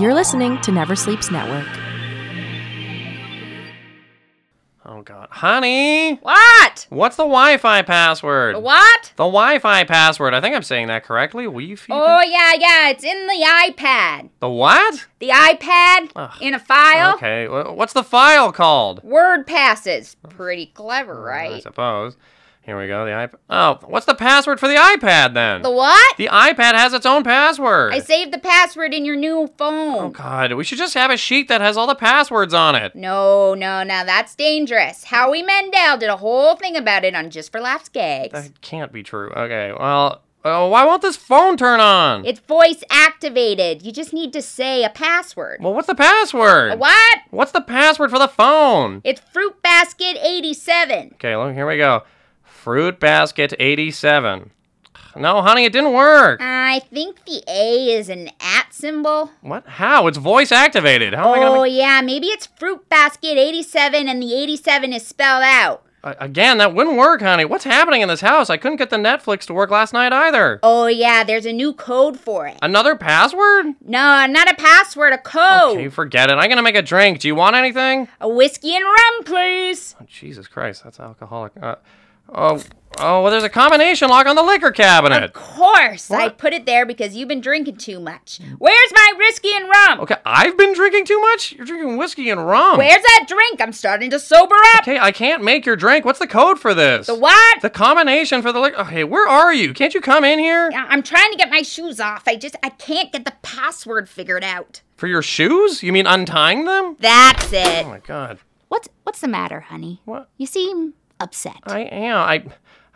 You're listening to Never Sleeps Network. Oh God, honey, What? what's the Wi-Fi password? What? The Wi-Fi password. I think I'm saying that correctly. Wi-Fi. Oh yeah, yeah. It's in the iPad. The what? The iPad Ugh. in a file. Okay. wh- What's the file called? Word passes. Pretty clever, I right? suppose. Here we go. The iPad. Oh, what's the password for the iPad then? The what? The iPad has its own password. I saved the password in your new Oh phone. God, we should just have a sheet that has all the passwords on it. No, no, now that's dangerous. Howie Mandel did a whole thing about it on Just for Laughs Gags. That can't be true. Okay. Well, uh, why won't this phone turn on? It's voice activated. You just need to say a password. well, what's the password? A what? What's the password for the phone? It's Fruit Basket 87. Okay, look, here we go. Fruit basket 87. No, honey, it didn't work. I think the A is an at symbol. What? How? It's voice activated. How am I gonna Oh, make- yeah, maybe it's Fruit Basket 87 and the 87 is spelled out. A- Again, that wouldn't work, honey. What's happening in this house? I couldn't get the Netflix to work last night either. Oh, yeah, there's a new code for it. Another password? No, not a password, a Oh. code. Okay, forget it. I'm gonna make a drink. Do you want anything? A whiskey and rum, please. Oh, Jesus Christ, that's alcoholic. Uh, oh, oh, well, there's a combination lock on the liquor cabinet. Of course, I What? put it there because you've been drinking too much. Where's my whiskey and rum? Okay, I've been drinking too much. You're drinking whiskey and rum. Where's that drink? I'm starting to sober up. Okay, I can't make your drink. What's the code for this? The what? The combination for the liquor. Okay, where are you? Can't you come in here I- I'm trying to get my shoes off. I just I can't get the password figured out. for your shoes? You mean untying them? That's Oh it. my God. What's what's the matter, honey? What? You seem upset. I am. I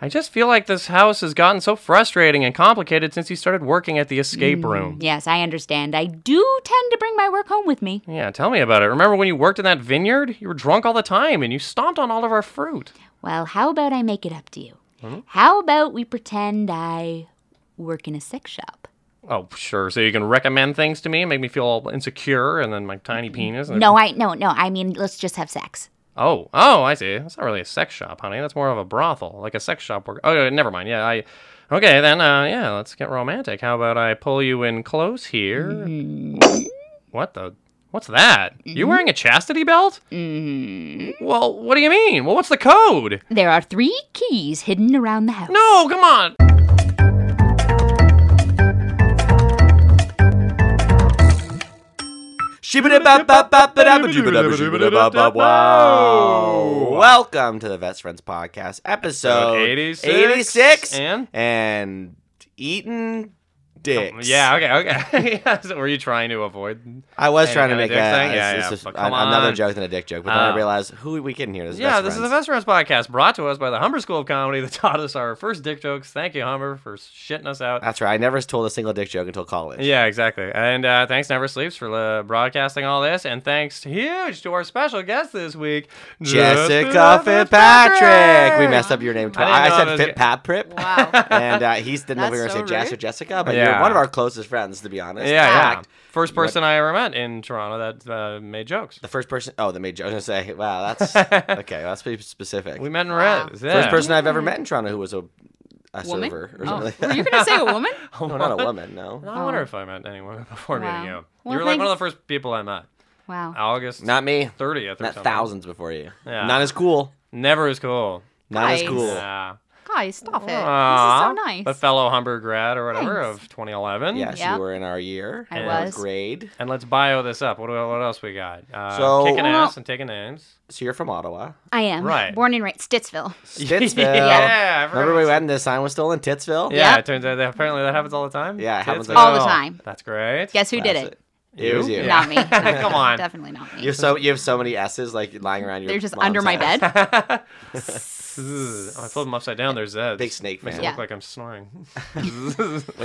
I just feel like this house has gotten so frustrating and complicated since you started working at the escape room. Yes, I understand. I do tend to bring my work home with me. Yeah, tell me about it. Remember when you worked in that vineyard? You were drunk all the time and you stomped on all of our fruit. Well, how about I make it up to you? Hmm? How about we pretend I work in a sex shop? Oh, sure. So you can recommend things to me and make me feel all insecure and then my tiny penis. And No, I no, no. I mean, let's just have sex. Oh, oh, I see. That's not really a sex shop, honey. That's more of a brothel, like a sex shop. Work- oh, never mind. Yeah, I. Okay, then. Uh, yeah, let's get romantic. How about I pull you in close here? What the? What's that? You wearing a chastity belt? Well, what do you mean? Well, what's the code? There are three keys hidden around the house. No, come on. Wow. Welcome to the Best Friends Podcast, episode 86 86 and- and eating dicks. Yeah. Okay. Okay. Yeah, so were you trying to avoid? I was Any trying to kind make of a, dick thing? a- Yeah, it's yeah, just but a- come another on. joke than a dick joke, but then Uh, I realized who we can hear. This is yeah, Best this is the Friends. Best Friends podcast brought to us by the Humber School of Comedy that taught us our first dick jokes. Thank you, Humber, for shitting us out. That's right. I never told a single dick joke until college. Yeah, exactly. And uh, thanks, Never Sleeps, for uh, broadcasting all this. And thanks huge to our special guest this week, Jessica Fitzpatrick. We messed up your name twice. didn't I, know said it was Fit Pat Prip. Wow. And uh, he didn't know if we were That's going to so say Jess rude. or Jessica, but Yeah. you're one of our closest friends, to be honest. Yeah, yeah. Fact. First person I ever met in Toronto that uh, made jokes. The first person. Oh, that made Joe say, "Wow, that's okay. That's pretty specific." We met in Reds. Yeah. First person I've ever met in Toronto who was a, a Woman? server or Oh, something. Like were that. you gonna say a woman? No, not a woman. No, I wonder if I met anyone before meeting you. Well, you were like one of thanks. the first people I met. Wow. August not me. 30th or Not something. thousands before you. Yeah. Not as cool. Never as cool. Not as Guys. cool. Yeah. Guys, stop it. Aw, this is so nice. The fellow Humber grad or whatever of 2011. Yes, Yeah. you were in our year. I our was. grade. And let's bio this up. What do, what else we got? Uh, So- kicking Well- ass and taking names. So you're from Ottawa. I am. Right. Born and raised Stittsville. Stittsville. Yeah, I forgot Remember we about went and the sign was stolen. Titsville. Yeah, Yep. it turns out that apparently that happens all the time. Yeah, it Kids happens with all the it time. That's great. Guess who did That's it? It, was you. Yeah. Not me. Come on. Definitely not me. You have so you have so many S's like lying around your. They're just mom's under my house. bed. Ugh, Oh, I flipped them upside down. There's Zeds. Big snake Makes fan. it Yeah. look like I'm snoring. When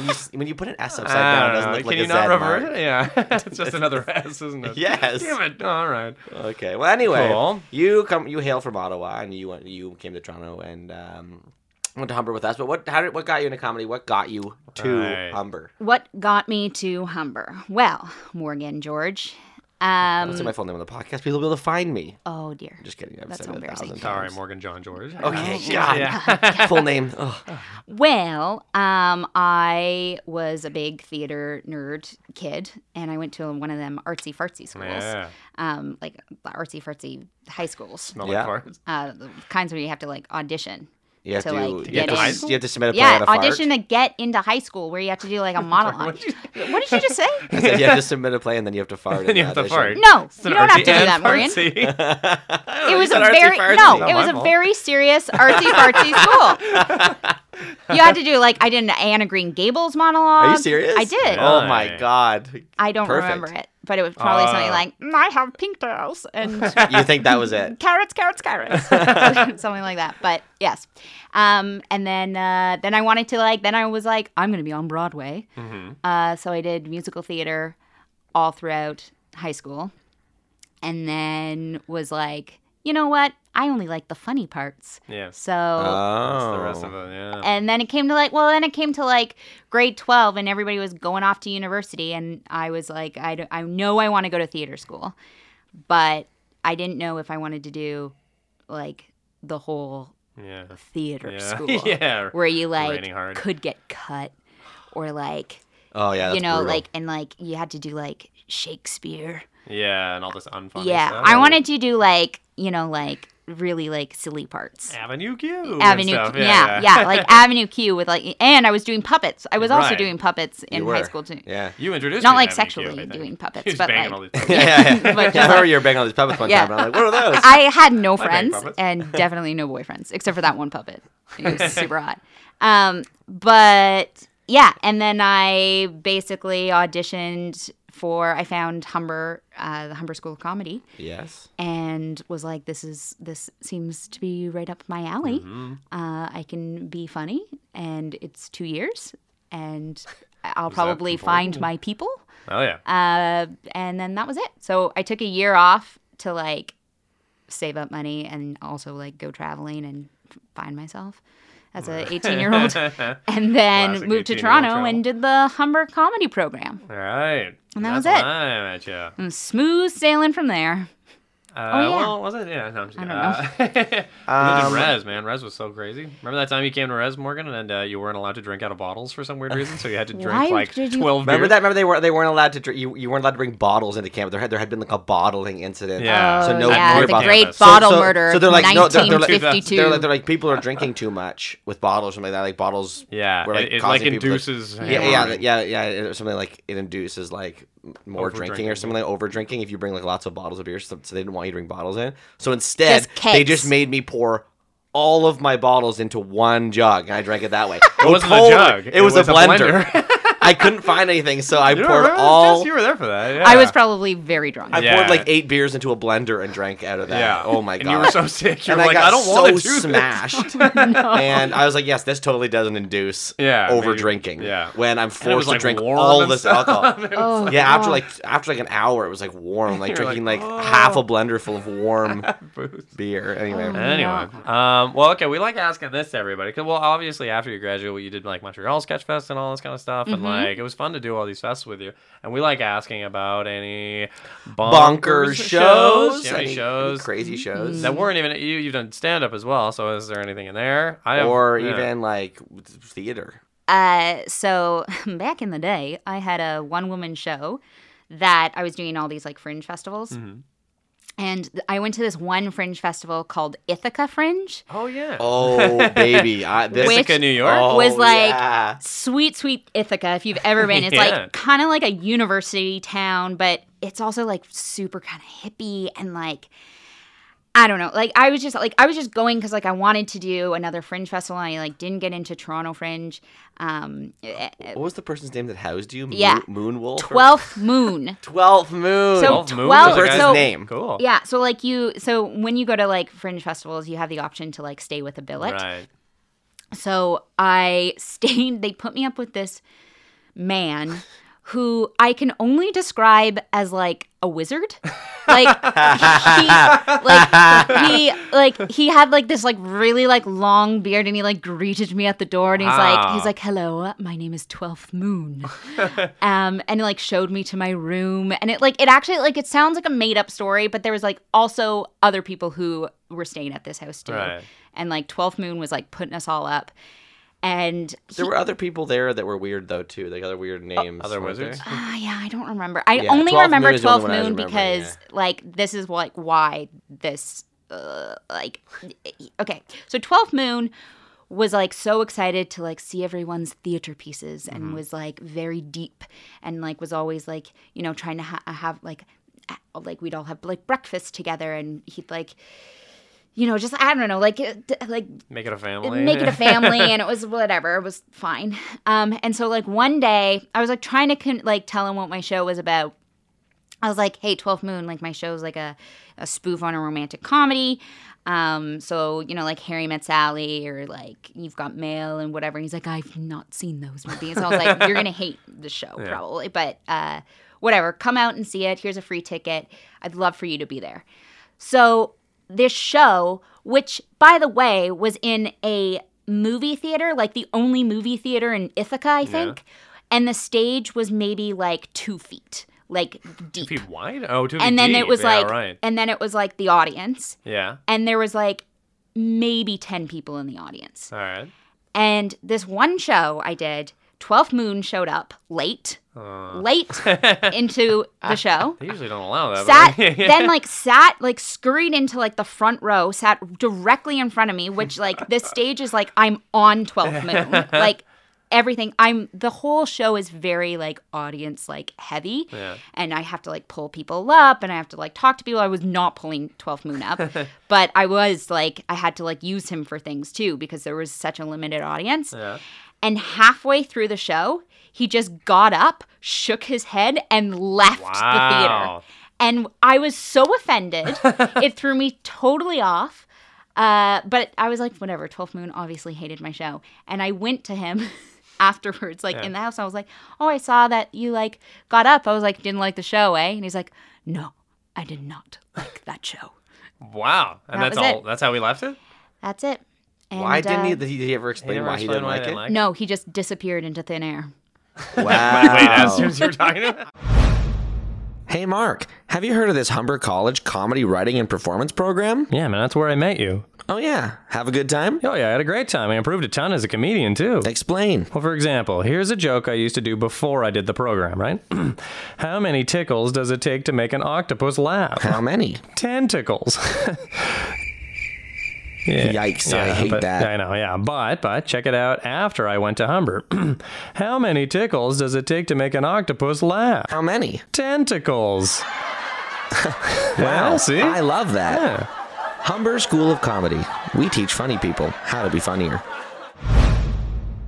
you s- when you put an S upside I down, don't it doesn't know. look Can like you a not Z revert mark. it? Yeah, it's just another S, isn't it? Yes. Damn it. All right. Okay. Well, anyway, Cool. you come. You hail from Ottawa, and you went. You came to Toronto and um, went to Humber with us. But what? How did? What got you into comedy? What got you to Right. Humber? What got me to Humber? Well, Morgan George, Um, I'll say my full name on the podcast. People will be able to find me. oh dear. I'm just kidding. I've That's said so it a embarrassing. thousand Sorry, times. Morgan John George. Oh, Okay, God. full name. Ugh. Well, um, I was a big theater nerd kid, and I went to one of them artsy fartsy schools, Yeah. um, like the artsy fartsy high schools, Smell Yeah. like farts. uh, the kinds where you have to like audition. You have To, to, like, you, get have to in. s- you have to submit a play yeah, on a fart. audition to get into high school, where you have to do like a monologue. what did you just say? I said you have to submit a play and then you have to fart. Then in you the have to fart. audition. No, It's you an don't have to do artsy and that, Maureen. fartsy. It was a said very artsy-fartsy. no. Not It my was a fault. very serious artsy fartsy school. you had to do like I did an Anna Green Gables monologue. Are you serious? Um, I did. Yeah. Oh my Nice. God. I don't Perfect. remember it, but it was probably something Ah. like "Mm, I have pigtails and You think that was it? carrots, carrots, carrots, something like that. But yes, um, and then uh, then I wanted to like then I was like I'm going to be on Broadway, uh, so I did musical theater all throughout high school, and then was like you know what I only like the funny parts, Yeah. so. That's Oh. the rest of it. Yeah. and then it came to like well then it came to like grade 12 and everybody was going off to university and i was like i, d- I know i want to go to theater school but i didn't know if i wanted to do like the whole Yeah. theater Yeah. school yeah. where you Raining hard. like could get cut or like Oh yeah, that's you know brutal. like and like you had to do like shakespeare Yeah, and all this unfunny yeah stuff. i wanted to do like you know like really like silly parts Avenue Q. and Avenue, stuff, Q- yeah, yeah, like Avenue Q with like, and I was doing puppets. I was also Right. doing puppets in You high were. school too. Yeah. You introduced me Not to like Avenue sexually Q, I think. doing puppets, He was but, banging like- all these Yeah, yeah, yeah. But just I remember like- you were banging on these puppets one Yeah. time, and I'm like, "What are those?" I had no bang friends puppets. and definitely no boyfriends except for that one puppet. He was super hot. Um, but yeah, and then I basically auditioned for. I found Humber, uh, the Humber School of Comedy, yes. and was like, "This is this seems to be right up my alley. Uh, I can be funny, and it's two years, and I'll probably find my people." Oh yeah. Uh, and then that was it. So I took a year off to like save up money and also like go traveling and f- find myself as a 18 year old. And then Classic moved to 18-year-old Toronto and did the Humber comedy program. all right. And that That's was when it. I met you. Uh, And smooth sailing from there. Oh, yeah. Well, was it? Yeah. No, I'm just I kidding. Uh, Um, you lived in Res, man. Res was so crazy. Remember that time you came to Res, Morgan, and uh, you weren't allowed to drink out of bottles for some weird reason, so you had to drink Why like did you- twelve. Remember beers? that? Remember they were they weren't allowed to drink. You, you weren't allowed to bring bottles into camp. There had there had been like a bottling incident. Yeah. So no Oh, yeah, beer the bottles. great So- bottle so- murder so of they're like- no, they're- they're like- They're 1952. like, they're like people are drinking too much with bottles or something like that. Like bottles. Yeah, Were, like, it, it causing like people to- induces. Yeah, hemorrhaging. yeah, yeah, yeah, yeah. Or something like it induces like m- more drinking Over-drinking. or something like over drinking if you bring like lots of bottles of beer. So, so they didn't want you to bring bottles in. So instead, Just they kegs. just made me pour all of my bottles into one jug and I drank it that way. It wasn't a jug. It, was, a blender. I couldn't find anything, so I You don't poured remember this, all. Jess? You were there for that. Yeah. I was probably very drunk. I Yeah. poured like eight beers into a blender and drank out of that. Yeah. Oh my god. And you were so sick. You're And like, I, don't so want to do this. smashed. And I was like, yes, this totally doesn't induce Yeah, over maybe- drinking. yeah. When I'm And it was, forced to like, drink warm all and this stuff. alcohol. oh, Yeah, after God. like after like an hour, it was like warm, like You're drinking like, like, "Oh." half a blender full of warm Booze. beer. Anyway, Anyway, um, well, okay, we like asking this to everybody because, well, obviously after you graduate, you did like Montreal Sketch Fest and all this kind of stuff, Mm-hmm. and like it was fun to do all these fests with you. And we like asking about any bonkers Oh. bonkers shows, yeah, any any shows Mm-hmm. crazy shows, that weren't even you. You've done stand up as well, so is there anything in there? I have- or yeah. even like theater. Uh, so back in the day, I had a one woman show that I was doing all these like fringe festivals. Mm. Mm-hmm. And th- I went to this one fringe festival called Ithaca Fringe. oh yeah, Oh baby, I, this Which- Ithaca, New York. Oh, was like- yeah. Sweet, sweet Ithaca, if you've ever been. It's Yeah. like kind of like a university town, but it's also like super kind of hippie and like. I don't know. Like I was just like I was just going because like I wanted to do another fringe festival. And I like didn't get into Toronto Fringe. Um, What was the person's name that housed you? Moon, Yeah. Moon Wolf. Twelfth Moon. Twelfth Moon. So- Twelve Moon was Twelve- a guy's so- name. Cool. Yeah, so like you, so when you go to like fringe festivals, you have the option to like stay with a billet. Right. So I stayed. They put me up with this man who I can only describe as like a wizard. Like he like he like he had like this like really like long beard and he like greeted me at the door and he's Ah. like he's like hello my name is 12th moon um and like showed me to my room and it like it actually like it sounds like a made up story but there was like also other people who were staying at this house too Right. and like 12th moon was like putting us all up and There were other people there that were weird though too. Like other weird names. Uh, Other weren't there? wizards? Ah, yeah, I don't remember. I Yeah, only 12th remember Moon is the only 12th one I was Moon remembering, because, like, this is like why this, uh, like, okay. So 12th Moon was like so excited to like see everyone's theater pieces and Mm-hmm. was like very deep and like was always like you know trying to ha- have like a- like we'd all have like breakfast together and he'd like you know just I don't know like uh, d- like Make it a family. make it a family and it was whatever it was fine um and so like one day i was like trying to con- like tell him what my show was about i was like hey 12th moon like my show's like a, a spoof on a romantic comedy um so you know like harry met sally or like you've got mail and whatever and he's like i've not seen those movies so i was like you're gonna hate the show probably but uh whatever come out and see it here's a free ticket i'd love for you to be there so this show, which by the way was in a movie theater, like the only movie theater in Ithaca, I think, and the stage was maybe like two feet, like deep. Feet wide? Oh, two feet And then deep. it was yeah, like, right. and then it was like the audience, Yeah. and there was like maybe ten people in the audience. All right. And this one show I did, Twelfth Moon showed up late, Uh, late into the show. they usually don't allow that. but- sat then like sat like scurried into like the front row sat directly in front of me which like this stage is like i'm on 12th moon like everything i'm the whole show is very like audience like heavy Yeah. and i have to like pull people up and i have to like talk to people i was not pulling 12th moon up but i was like i had to like use him for things too because there was such a limited audience yeah. and halfway through the show he just got up shook his head and left the theater Wow. and I was so offended. it threw me totally off. Uh, but I was like, whatever. 12th Moon obviously hated my show. And I went to him afterwards, like in the house. I was like, oh, I saw that you like got up. I was like, didn't like the show, eh? And he's like, no, I did not like that show. Wow. And That that's was all. it. That's how we left it? That's it. And, Why didn't he? uh, Did he ever explain never why he explained didn't like they it? no, he just disappeared into thin air. Wow. Wait, as soon as you were talking to him? Hey, Mark, have you heard of this Humber College comedy writing and performance program? Yeah, man, that's where I met you. Oh, yeah. Have a good time? Oh, yeah, I had a great time. I improved a ton as a comedian, too. Explain. Well, for example, here's a joke I used to do before I did the program, right? How many tickles does it take to make an octopus laugh? How many? Tentacles. yeah. Yikes, I hate but- that. I know, yeah. But, but, check it out after I went to Humber. How many tickles does it take to make an octopus laugh? How many? Tentacles. well, see? I love that. Yeah. Humber School of Comedy. We teach funny people how to be funnier.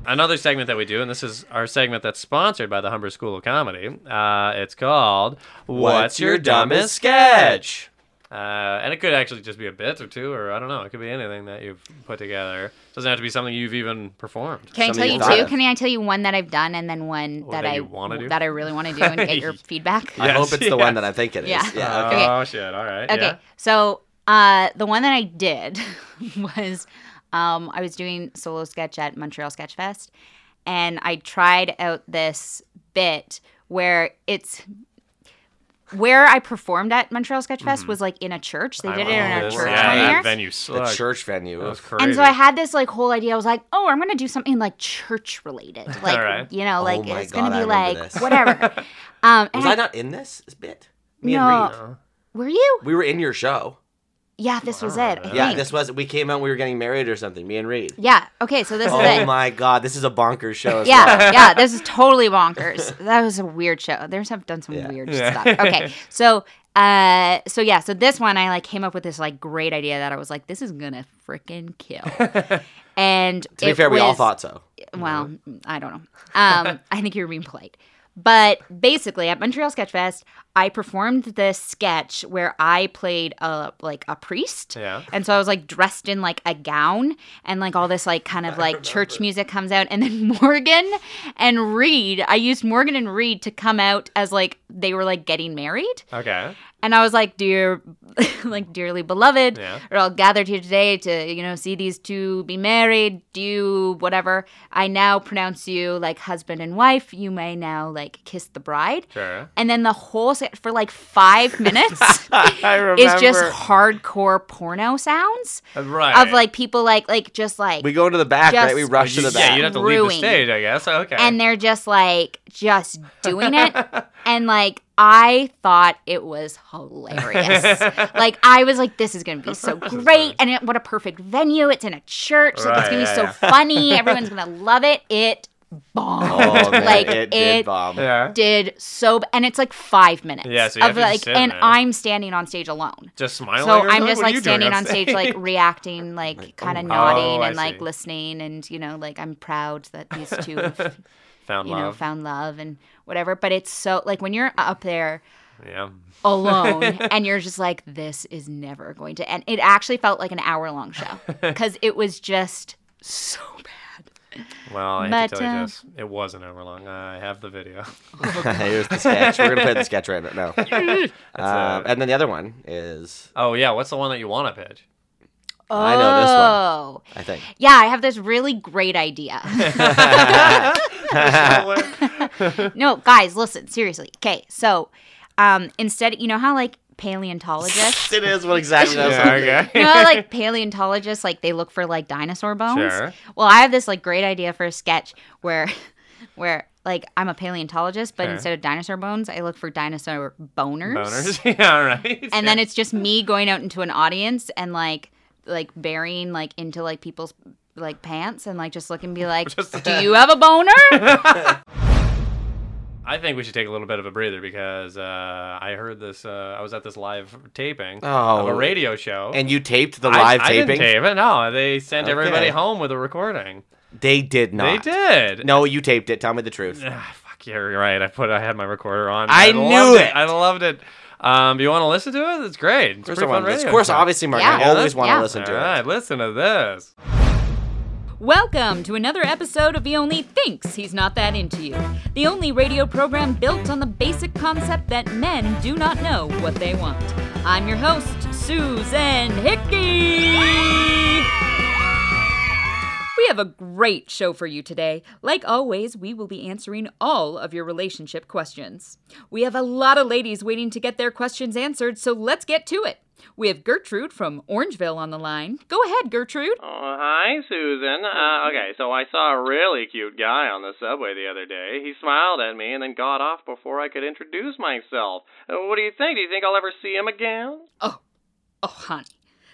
another segment that we do, and this is our segment that's sponsored by the Humber School of Comedy. Uh, it's called "What's, Your Dumbest Sketch," uh, and it could actually just be a bit or two, or I don't know. It could be anything that you've put together. doesn't have to be something you've even performed. Can I Something tell you you thought two? of. Can I tell you one that I've done and then one that, that I you wanna do? that I really want to do and get your feedback? I Yes, hope it's the yes. one that I think it is. Yeah. Yeah. Okay. Oh shit! All right. Okay. Yeah. So uh, the one that I did was um, I was doing solo sketch at Montreal Sketch Fest, and I tried out this bit where it's where I performed at Montreal Sketch Mm-hmm. Fest was like in a church. They did it Oh, in a this- church yeah, one that year. venue The sucked. church venue. That was crazy. And so I had this like whole idea. I was like, "Oh, I'm gonna do something like church related, like right. you know, like Oh my it's God, gonna I be remember like this. whatever." Um, and Was I, I not in this bit? Me No. and Reed. Oh, were you? We were in your show. Yeah, this was it. I Yeah, think. this was. We came out. We were getting married or something. Me and Reed. yeah. Okay, so this is it. Oh my god, this is a bonkers show. As well. yeah, yeah, this is totally bonkers. That was a weird show. There's have done some weird stuff. Okay, so uh, so yeah, so this one I like came up with this like great idea that I was like, this is gonna freaking kill. And To be fair, we all thought mm-hmm. so. Well, I don't know. Um, I think you were being polite, But basically, at Montreal Sketch Fest, I performed this sketch where I played a like a priest. Yeah. And so I was like dressed in like a gown and like all this like kind of like church music comes out and then Morgan and Reed, I used Morgan and Reed to come out as like they were like getting married. Okay. And I was like, dear, like dearly beloved, Yeah. we're all gathered here today to, you know, see these two be married, do whatever. I now pronounce you like husband and wife. You may now like kiss the bride. Sure. And then the whole set for like five minutes I remember. is just hardcore porno sounds right. of like people like like just like We go into the back, right? We Just- rush You- to the yeah, back. you'd have to leave ruined. the stage, I guess. Okay. and they're just like just doing it and like I thought it was hilarious. like I was like, this is gonna be so great, and it, what a perfect venue! It's in a church, like Right, it's gonna yeah, be so yeah. funny. Everyone's gonna love it. It bombed. Oh, man, like it it, did bomb. yeah. did so, b- and it's like five minutes Yeah, so you have of to just like, sit and there. I'm standing on stage alone. Just smiling. So or I'm something? just What are like you doing standing on stage, like reacting, like, kind of oh, nodding I and like see. listening, and you know, like I'm proud that these two have, Found you love. know, found love and whatever. But it's so like when you're up there yeah. alone and you're just like this is never going to end it actually felt like an hour long show because it was just so bad Well, I have But, to tell you uh, this. It was an hour long. I have the video. Here's the sketch. We're gonna play the sketch right now. um, and then the other one is Oh, yeah. What's the one that you want to pitch? I know this one. oh I think. yeah i have this really great idea no guys listen seriously okay so um instead you know how like paleontologists It is what exactly that's Yeah, okay. you know how, like paleontologists like they look for like dinosaur bones Sure. well i have this like great idea for a sketch where where like i'm a paleontologist but Okay. instead of dinosaur bones i look for dinosaur boners, Boners. yeah, all right. and then it's just me going out into an audience and like like burying like into like people's like pants and like just look and be like Just- do you have a boner I think we should take a little bit of a breather because uh, I heard this. Uh, I was at this live taping of Oh. a radio show. And you taped the I- live I, taping? didn't tape it. No, they sent everybody Okay. home with a recording. They did not. They did. No, you taped it. Tell me the truth. Ah, fuck, you're right. I put. I had my recorder on. I loved knew it. I loved it. Um, do you want to listen to it? It's great. It's Of course, pretty I fun wanted radio. this. Of course show. obviously, Mark. I Yeah. always want to Yeah. listen to All right, listen to this. welcome to another episode of he only thinks he's not that into you the only radio program built on the basic concept that men do not know what they want i'm your host susan hickey We have a great show for you today. Like always, we will be answering all of your relationship questions. We have a lot of ladies waiting to get their questions answered, so let's get to it. We have Gertrude from Orangeville on the line. Go ahead, Gertrude. Oh, hi, Susan. Uh, okay, so I saw a really cute guy on the subway the other day. He smiled at me and then got off before I could introduce myself. Uh, what do you think? Do you think I'll ever see him again? Oh, honey.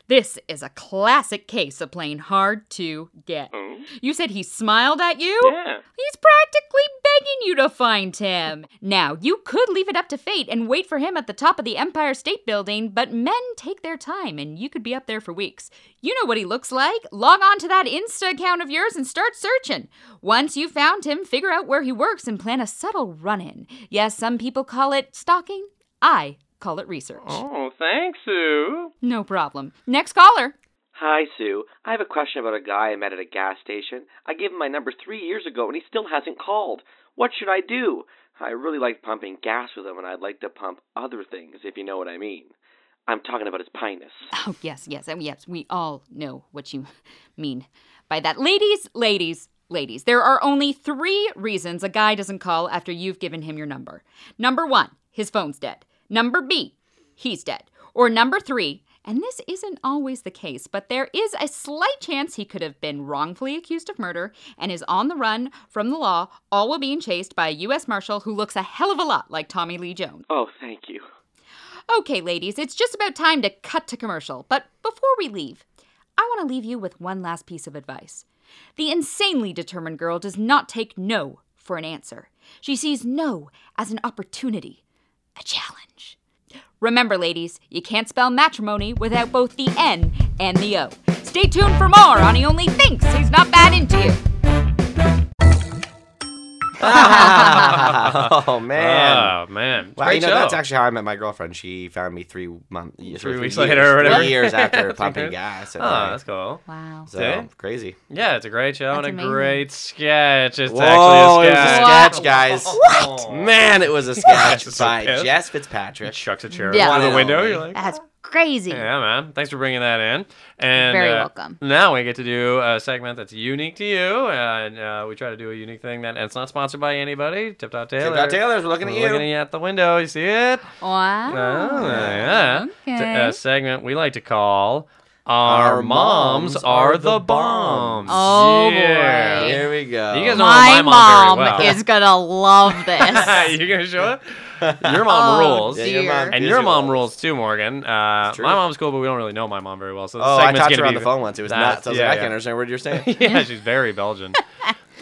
This is a classic case of playing hard to get. Hmm? You said he smiled at you? Yeah. He's practically begging you to find him. Now, you could leave it up to fate and wait for him at the top of the Empire State Building, but men take their time and you could be up there for weeks. You know what he looks like. Log on to that Insta account of yours and start searching. Once you've found him, figure out where he works and plan a subtle run in. Yes, some people call it stalking. I call it research. Oh, thanks, Sue. No problem. Next caller. Hi, Sue. I have a question about a guy I met at a gas station. I gave him my number three years ago and he still hasn't called. What should I do? I really like pumping gas with him and I'd like to pump other things, if you know what I mean. I'm talking about his pinus. Oh, yes, yes, and yes. We all know what you mean by that. Ladies, ladies, ladies, there are only three reasons a guy doesn't call after you've given him your number. Number one, his phone's dead. Number B, he's dead. Or number three, and this isn't always the case, but there is a slight chance he could have been wrongfully accused of murder and is on the run from the law, all while being chased by a U.S. Marshal who looks a hell of a lot like Tommy Lee Jones. Oh, thank you. Okay, ladies, it's just about time to cut to commercial. But before we leave, I want to leave you with one last piece of advice. The insanely determined girl does not take no for an answer. She sees no as an opportunity, a challenge. Remember, ladies, you can't spell matrimony without both the N and the O. Stay tuned for more on He Only Thinks He's Not Bad Into You. oh man. Oh man. Wow, Great you know show. that's actually how I met my girlfriend. She found me three months, three, weeks years- later or whatever. three years after That's pumping okay. gas. And Oh, I- that's cool. Wow. so See? crazy. Yeah, it's a great show That's and a amazing. great sketch. It's Whoa, actually it a was a sketch. sketch, guys. What? Man, it was a sketch Just so by pissed. Jess Fitzpatrick. Chucks a chair Yeah. out of One the and window. only. You're like, That's crazy. Yeah, man. Thanks for bringing that in. And Very uh, welcome. Now we get to do a segment that's unique to you, uh, and uh, we try to do a unique thing that and it's not sponsored by anybody. Tip Top Taylor. Tip Top Taylors, we're looking Looking at at, you. you out the window. You see it? Wow. Oh, yeah. It's a- Okay. a segment we like to call "Our, Our moms, Are the Bombs." Oh, yeah. boy. Here we go. You guys know my My, mom mom, very well. is gonna love this. You're gonna show it. Your mom Oh, rules. Yeah, your dear. mom And is your mom old. rules too, Morgan. Uh, true. my mom's cool, but we don't really know my mom very well. So Oh, the I segment's talked to gonna her on be the phone once. It was That's- nuts. I was yeah, like, I yeah. can't understand what you're saying. yeah, she's very Belgian.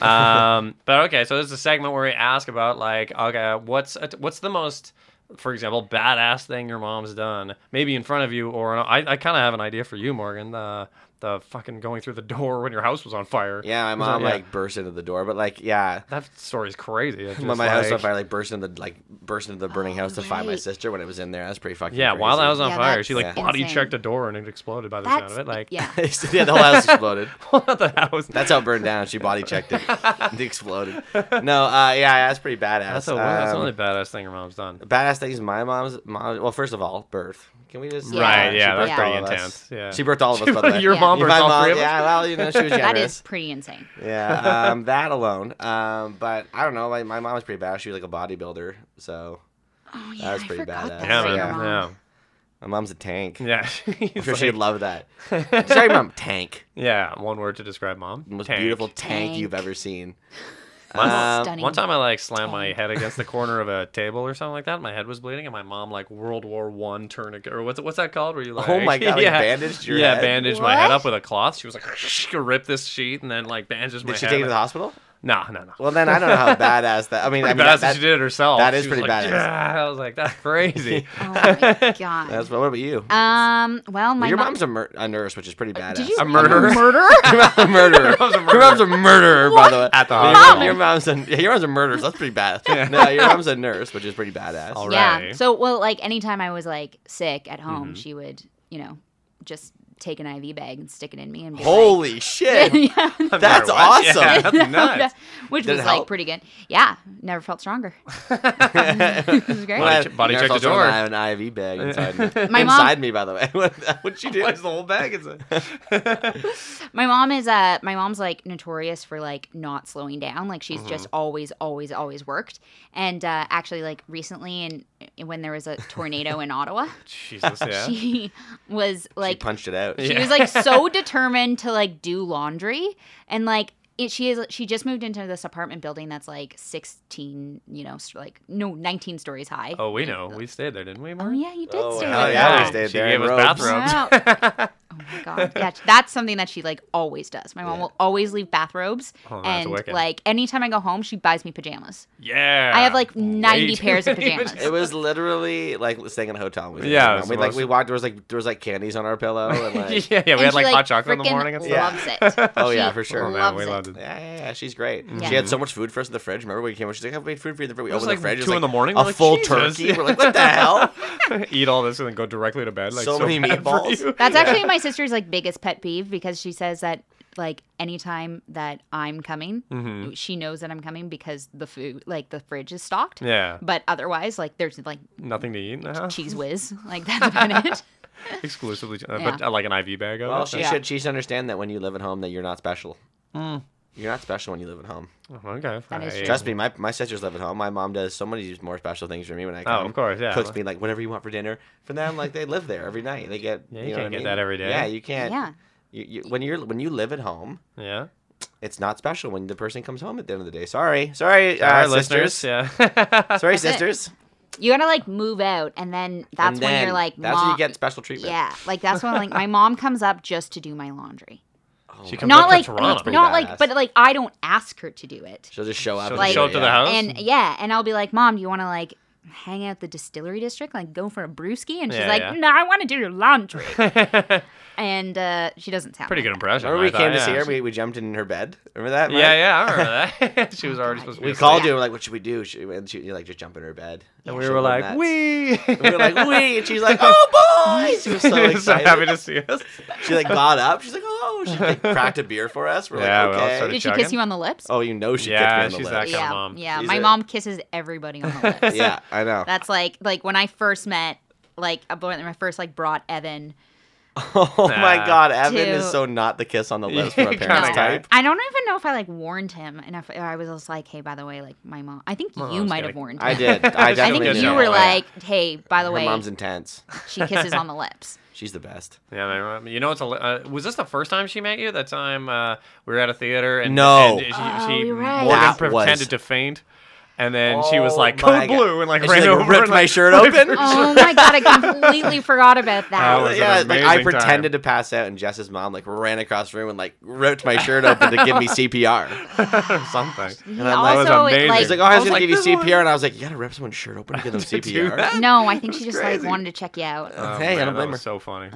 um, but okay, so this is a segment where we ask about like, okay, what's a, what's the most, for example, badass thing your mom's done, maybe in front of you, or I, I kind of have an idea for you, Morgan. The the fucking going through the door when your house was on fire. yeah, my It was mom on- yeah. like burst into the door, but like, yeah. that story's crazy. It's When just my house was on like- fire, like burst into the like burst into the burning house to find my sister when it was in there. That's pretty fucking. Yeah, while that was on Yeah, fire, she like that's body insane. checked a door and it exploded by the sound of That's it. Like, yeah. on. yeah, the whole house exploded. the house. That's how it burned down. She body checked it. it exploded. No, uh, yeah, that's pretty badass. That's, a, that's the Um, only badass thing your mom's done. badass things my mom's mom. Well, first of all, birth. Can we just Right, she yeah, birthed that's all pretty of us. intense, yeah. she birthed all of us. by the way. Your Yeah. mom or my all mom, three of us? yeah. Well, you know, she was generous. That is pretty insane. Yeah, um, that alone. Um, but I don't know. Like my mom was pretty badass. She was like a bodybuilder, so Oh yeah, That was I pretty forgot badass. that Yeah, about man. your Yeah. mom. my mom's a tank. Yeah. um, I'm He's sure she'd like- love that. Sorry, mom. Tank. yeah, one word to describe mom. Most Tank. beautiful tank, Tank. you've ever seen. My Um, Stunning. One time I like slammed my head against the corner of a table or something like that. My head was bleeding, and my mom like World War One tourniquet or what's what's that called? Where you like Oh my God, like, yeah, bandaged your yeah, head? bandaged my head What? up with a cloth. She was like, rip this sheet and then like bandages my Did she head. take it to the hospital? no, no, no. Well, then I don't know how badass that. I mean, I pretty mean, badass that, that she did it herself. that is She was pretty like, badass. Yeah, I was like, that's crazy. Oh my god. That's what. What about you? um. Well, my your mom- mom's a, mur- a nurse, which is pretty badass. Did you A murderer. murderer? Your mom's a murderer. mom's a Your mom's a murderer, by the way. At the Your mom- hospital. Your mom's a yeah, your mom's a murderer. So that's pretty badass. No, your mom's a nurse, which is pretty badass. All Yeah. Right. Mm-hmm. So, well, like anytime I was like sick at home, she would, you know, just take an IV bag and stick it in me and be Holy like, shit! yeah, That's What? Yeah, awesome. that's nuts. which Did it was help? like pretty good. Yeah, never felt stronger. it was great. Body check- body Nurse check the also door. had An IV bag inside me. My mom- inside me, by the way. What- What'd you do? Why's the whole bag? Is it? My mom is uh my mom's like notorious for like not slowing down. Like she's just Mm-hmm. always always always worked. And uh actually like recently and when there was a tornado in Ottawa, Jesus, yeah. she was She like punched it out. she Yeah. was like so determined to like do laundry and like it, she is she just moved into this apartment building that's like 16 you know s- like no 19 stories high Oh, we know. We stayed there, didn't we, oh Mark? yeah you did Oh, stay hell there. yeah, we stayed she there gave us in robes. bathrobes. Wow. oh my god yeah that's something that she like always does my mom will always leave bathrobes Oh, that's and wicked. like anytime i go home she buys me pajamas Yeah. i have like 90 Way too pairs of many pajamas It was literally like staying in a hotel. We Yeah, it was we the like most- we walked. There was like there was like candies on our pillow. And, like, yeah, yeah, we And had she, like, hot chocolate in the frickin' morning and stuff. loves it oh She yeah, for sure. Oh, man, loves we it. loved it. Yeah, yeah, yeah, she's great. Yeah. She had so much food for us in the fridge. Remember when we came? over, She's like, "I made food for you in the fridge." We was opened like the fridge. it was two in the morning. We're A like, full "Jesus." turkey. We're like, "What the hell?" Eat all this and then go directly to bed. Like So many bad for meatballs. you. That's actually my sister's like biggest pet peeve because she says that like anytime that I'm coming, Mm-hmm. she knows that I'm coming because the food like the fridge is stocked. Yeah, But otherwise, like there's like nothing to eat in the house. cheese whiz. Like that's about it. Exclusively, uh, Yeah. but uh, like an IV bag. Of Well, it. she should. She should understand that when you live at home, that you're not special. Hmm. You're not special when you live at home. Oh, okay. That is I- true. Trust me, my, my sisters live at home. My mom does so many more special things for me when I come. Oh, of course, yeah. Cooks me like whatever you want for dinner. For them, like they live there every night. They get Yeah, you you, can't know what I get mean? that every day. Yeah, you can't. Yeah. You, you, when you're when you live at home, Yeah. it's not special when the person comes home at the end of the day. Sorry, sorry, All right, uh, sisters. listeners. Yeah. Sorry, it. sisters. You gotta like move out, and then that's And when then you're like, that's mom. when you get special treatment. yeah, like that's when like my mom comes up just to do my laundry. Oh, She my- comes not up like to Toronto. not Badass. like, but like I don't ask her to do it. she'll just show up. She'll just and do show it, up to yeah. the house. and yeah, and I'll be like, Mom, do you want to like hang out the distillery district, like go for a brewski, and she's Yeah, like, yeah. "No, I want to do your laundry." and uh, she doesn't sound Pretty like good impression. Remember we I thought, came to yeah. see her. We, we jumped in her bed. Remember that? Mike? Yeah, yeah, I remember that. she was already supposed to be. We asleep. called you. and We're like, what should we do? She, and she, you like just jump in her bed. And She we were went like, nuts. we. We were like, we. And she's like, oh boy. She was so excited. happy to see us. She like got up. She's like, oh. She like, cracked a beer for us. We're Yeah, we like, all okay. started Did she kiss chugging? you on the lips? oh, you know she Yeah, kicked me on she's the that lips. kind yeah, of mom. yeah. She's My a- mom kisses everybody on the lips. yeah, I know. That's like like when I first met like a boy when I first like brought Evan. oh my Nah. God, Evan is To- so not the kiss on the lips for Yeah, a kinda parent's guy. type. I don't even know if I like warned him, and if I was just like, "Hey, by the way, like my mom." I think My you mom's might got have a- warned him. I did. I I I definitely think definitely you did. were Yeah. like, "Hey, by the Her way, mom's intense. she kisses on the lips." She's the best. Yeah, I remember. You know, it's a. li- Uh, was this the first time she met you? That time uh, we were at a theater and No. and she, Oh, she you're right. Morgan That pretended was- to faint, and then she was Oh like my code God. blue and like And she, ran like, over ripped and, my like, shirt wiped open. her Oh my god, I completely forgot about That that. was- an yeah, like I amazing time. pretended to pass out, and Jess's mom like ran across the room and like ripped my shirt open to give me CPR. or Oh. something. He And I'm like- That was also amazing. like, She's like, "Oh, I was was gonna like, give you this CPR," one- and I was like, "You gotta rip someone's shirt open to give them To do CPR." that? no, I think she That's just crazy. like wanted to check you out. Oh, Hey, I man, don't blame that was her. so funny.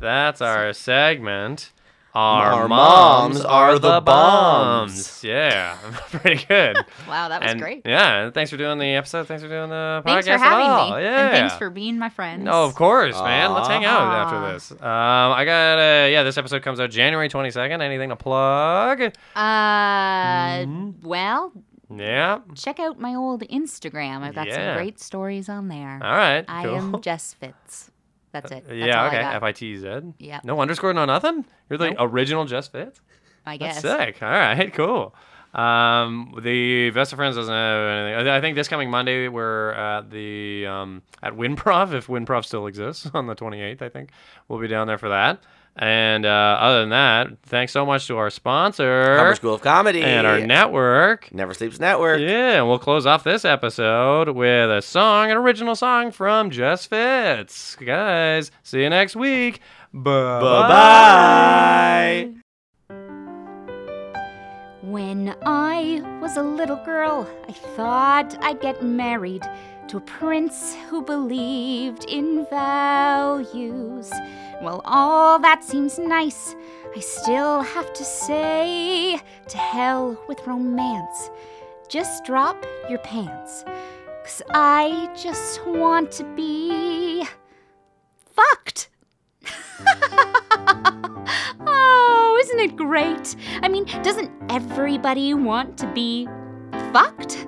That's our segment. Our, Our moms, moms are are the the bombs. bombs. Yeah, pretty good. Wow, that was and, great. Yeah, and thanks for doing the episode. Thanks for doing the podcast. Thanks for at all. having me, oh, Yeah. and thanks for being my friends. No, Oh, of course, man. Let's hang out Aw. after this. Um, I got uh, yeah. This episode comes out January twenty second. Anything to plug? Uh, Mm-hmm. well, Yeah. check out my old Instagram. I've got Yeah. some great stories on there. All right. I cool. Uh, am Jess Fitz. That's it. That's yeah. all Okay. I, F got, I T Z. Yeah. No underscore. No nothing. You're the original Just Fits. I That's guess. sick. All right, cool. Um, the Vesta Friends doesn't have anything. I I think this coming Monday we're at the um, at Winprov if Winprov still exists on the 28th. I think we'll be down there for that. And uh, other than that, thanks so much to our sponsor Humber School of Comedy and our network. Never Sleeps Network. Yeah, and we'll close off this episode with a song, an original song from Just Fits. Guys, see you next week. Bye Bye-bye. bye. When I was a little girl, I thought I'd get married to a prince who believed in values. While all that seems nice, I still have to say to hell with romance. Just drop your pants, 'cause I just want to be fucked. Oh, isn't it great? I mean, doesn't everybody want to be fucked?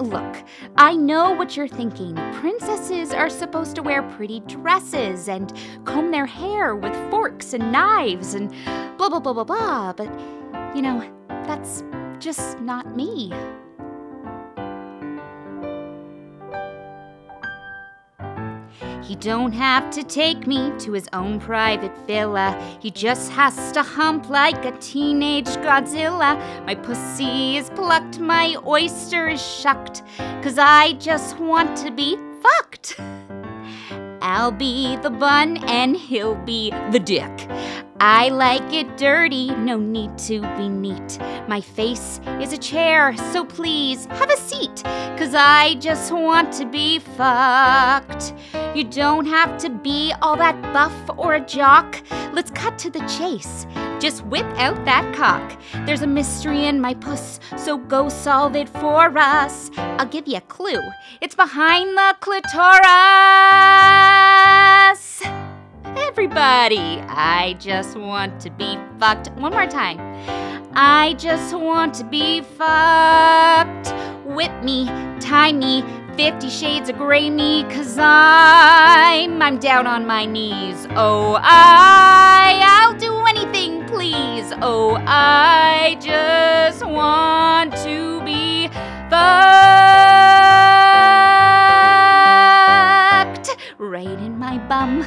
Look, I know what you're thinking. Princesses are supposed to wear pretty dresses and comb their hair with forks and knives and blah, blah, blah, blah, blah. But, you know, that's just not me. He don't have to take me to his own private villa. He just has to hump like a teenage Godzilla. My pussy is plucked, my oyster is shucked, cause I just want to be fucked. I'll be the bun and he'll be the dick. I like it dirty, no need to be neat. My face is a chair, so please have a seat, cause I just want to be fucked. You don't have to be all that buff or a jock. Let's cut to the chase. Just whip out that cock. There's a mystery in my puss, so go solve it for us. I'll give you a clue. It's behind the clitoris. Everybody, I just want to be fucked. One more time. I just want to be fucked. Whip me, tie me, 50 shades of gray me, cause I'm, I'm down on my knees. Oh, I, I'll do anything, please. Oh, I just want to be fucked. Right in my bum.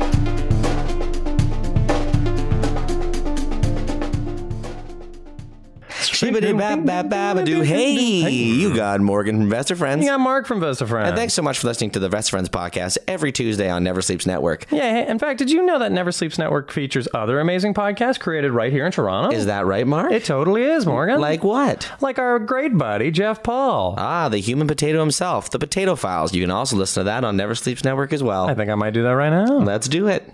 She bibbity bap bap babadoo. Hey, you got Morgan from Vester Friends. You got Mark from Vesta Friends. And thanks so much for listening to the Vester Friends podcast every Tuesday on Never Sleeps Network. Yeah, hey, in fact, did you know that Never Sleeps Network features other amazing podcasts created right here in Toronto? Is that right, Mark? It totally is, Morgan. like what? like our great buddy Jeff Paul. Ah, the human potato himself, the Potato Files. You can also listen to that on Never Sleeps Network as well. I think I might do that right now. Let's do it.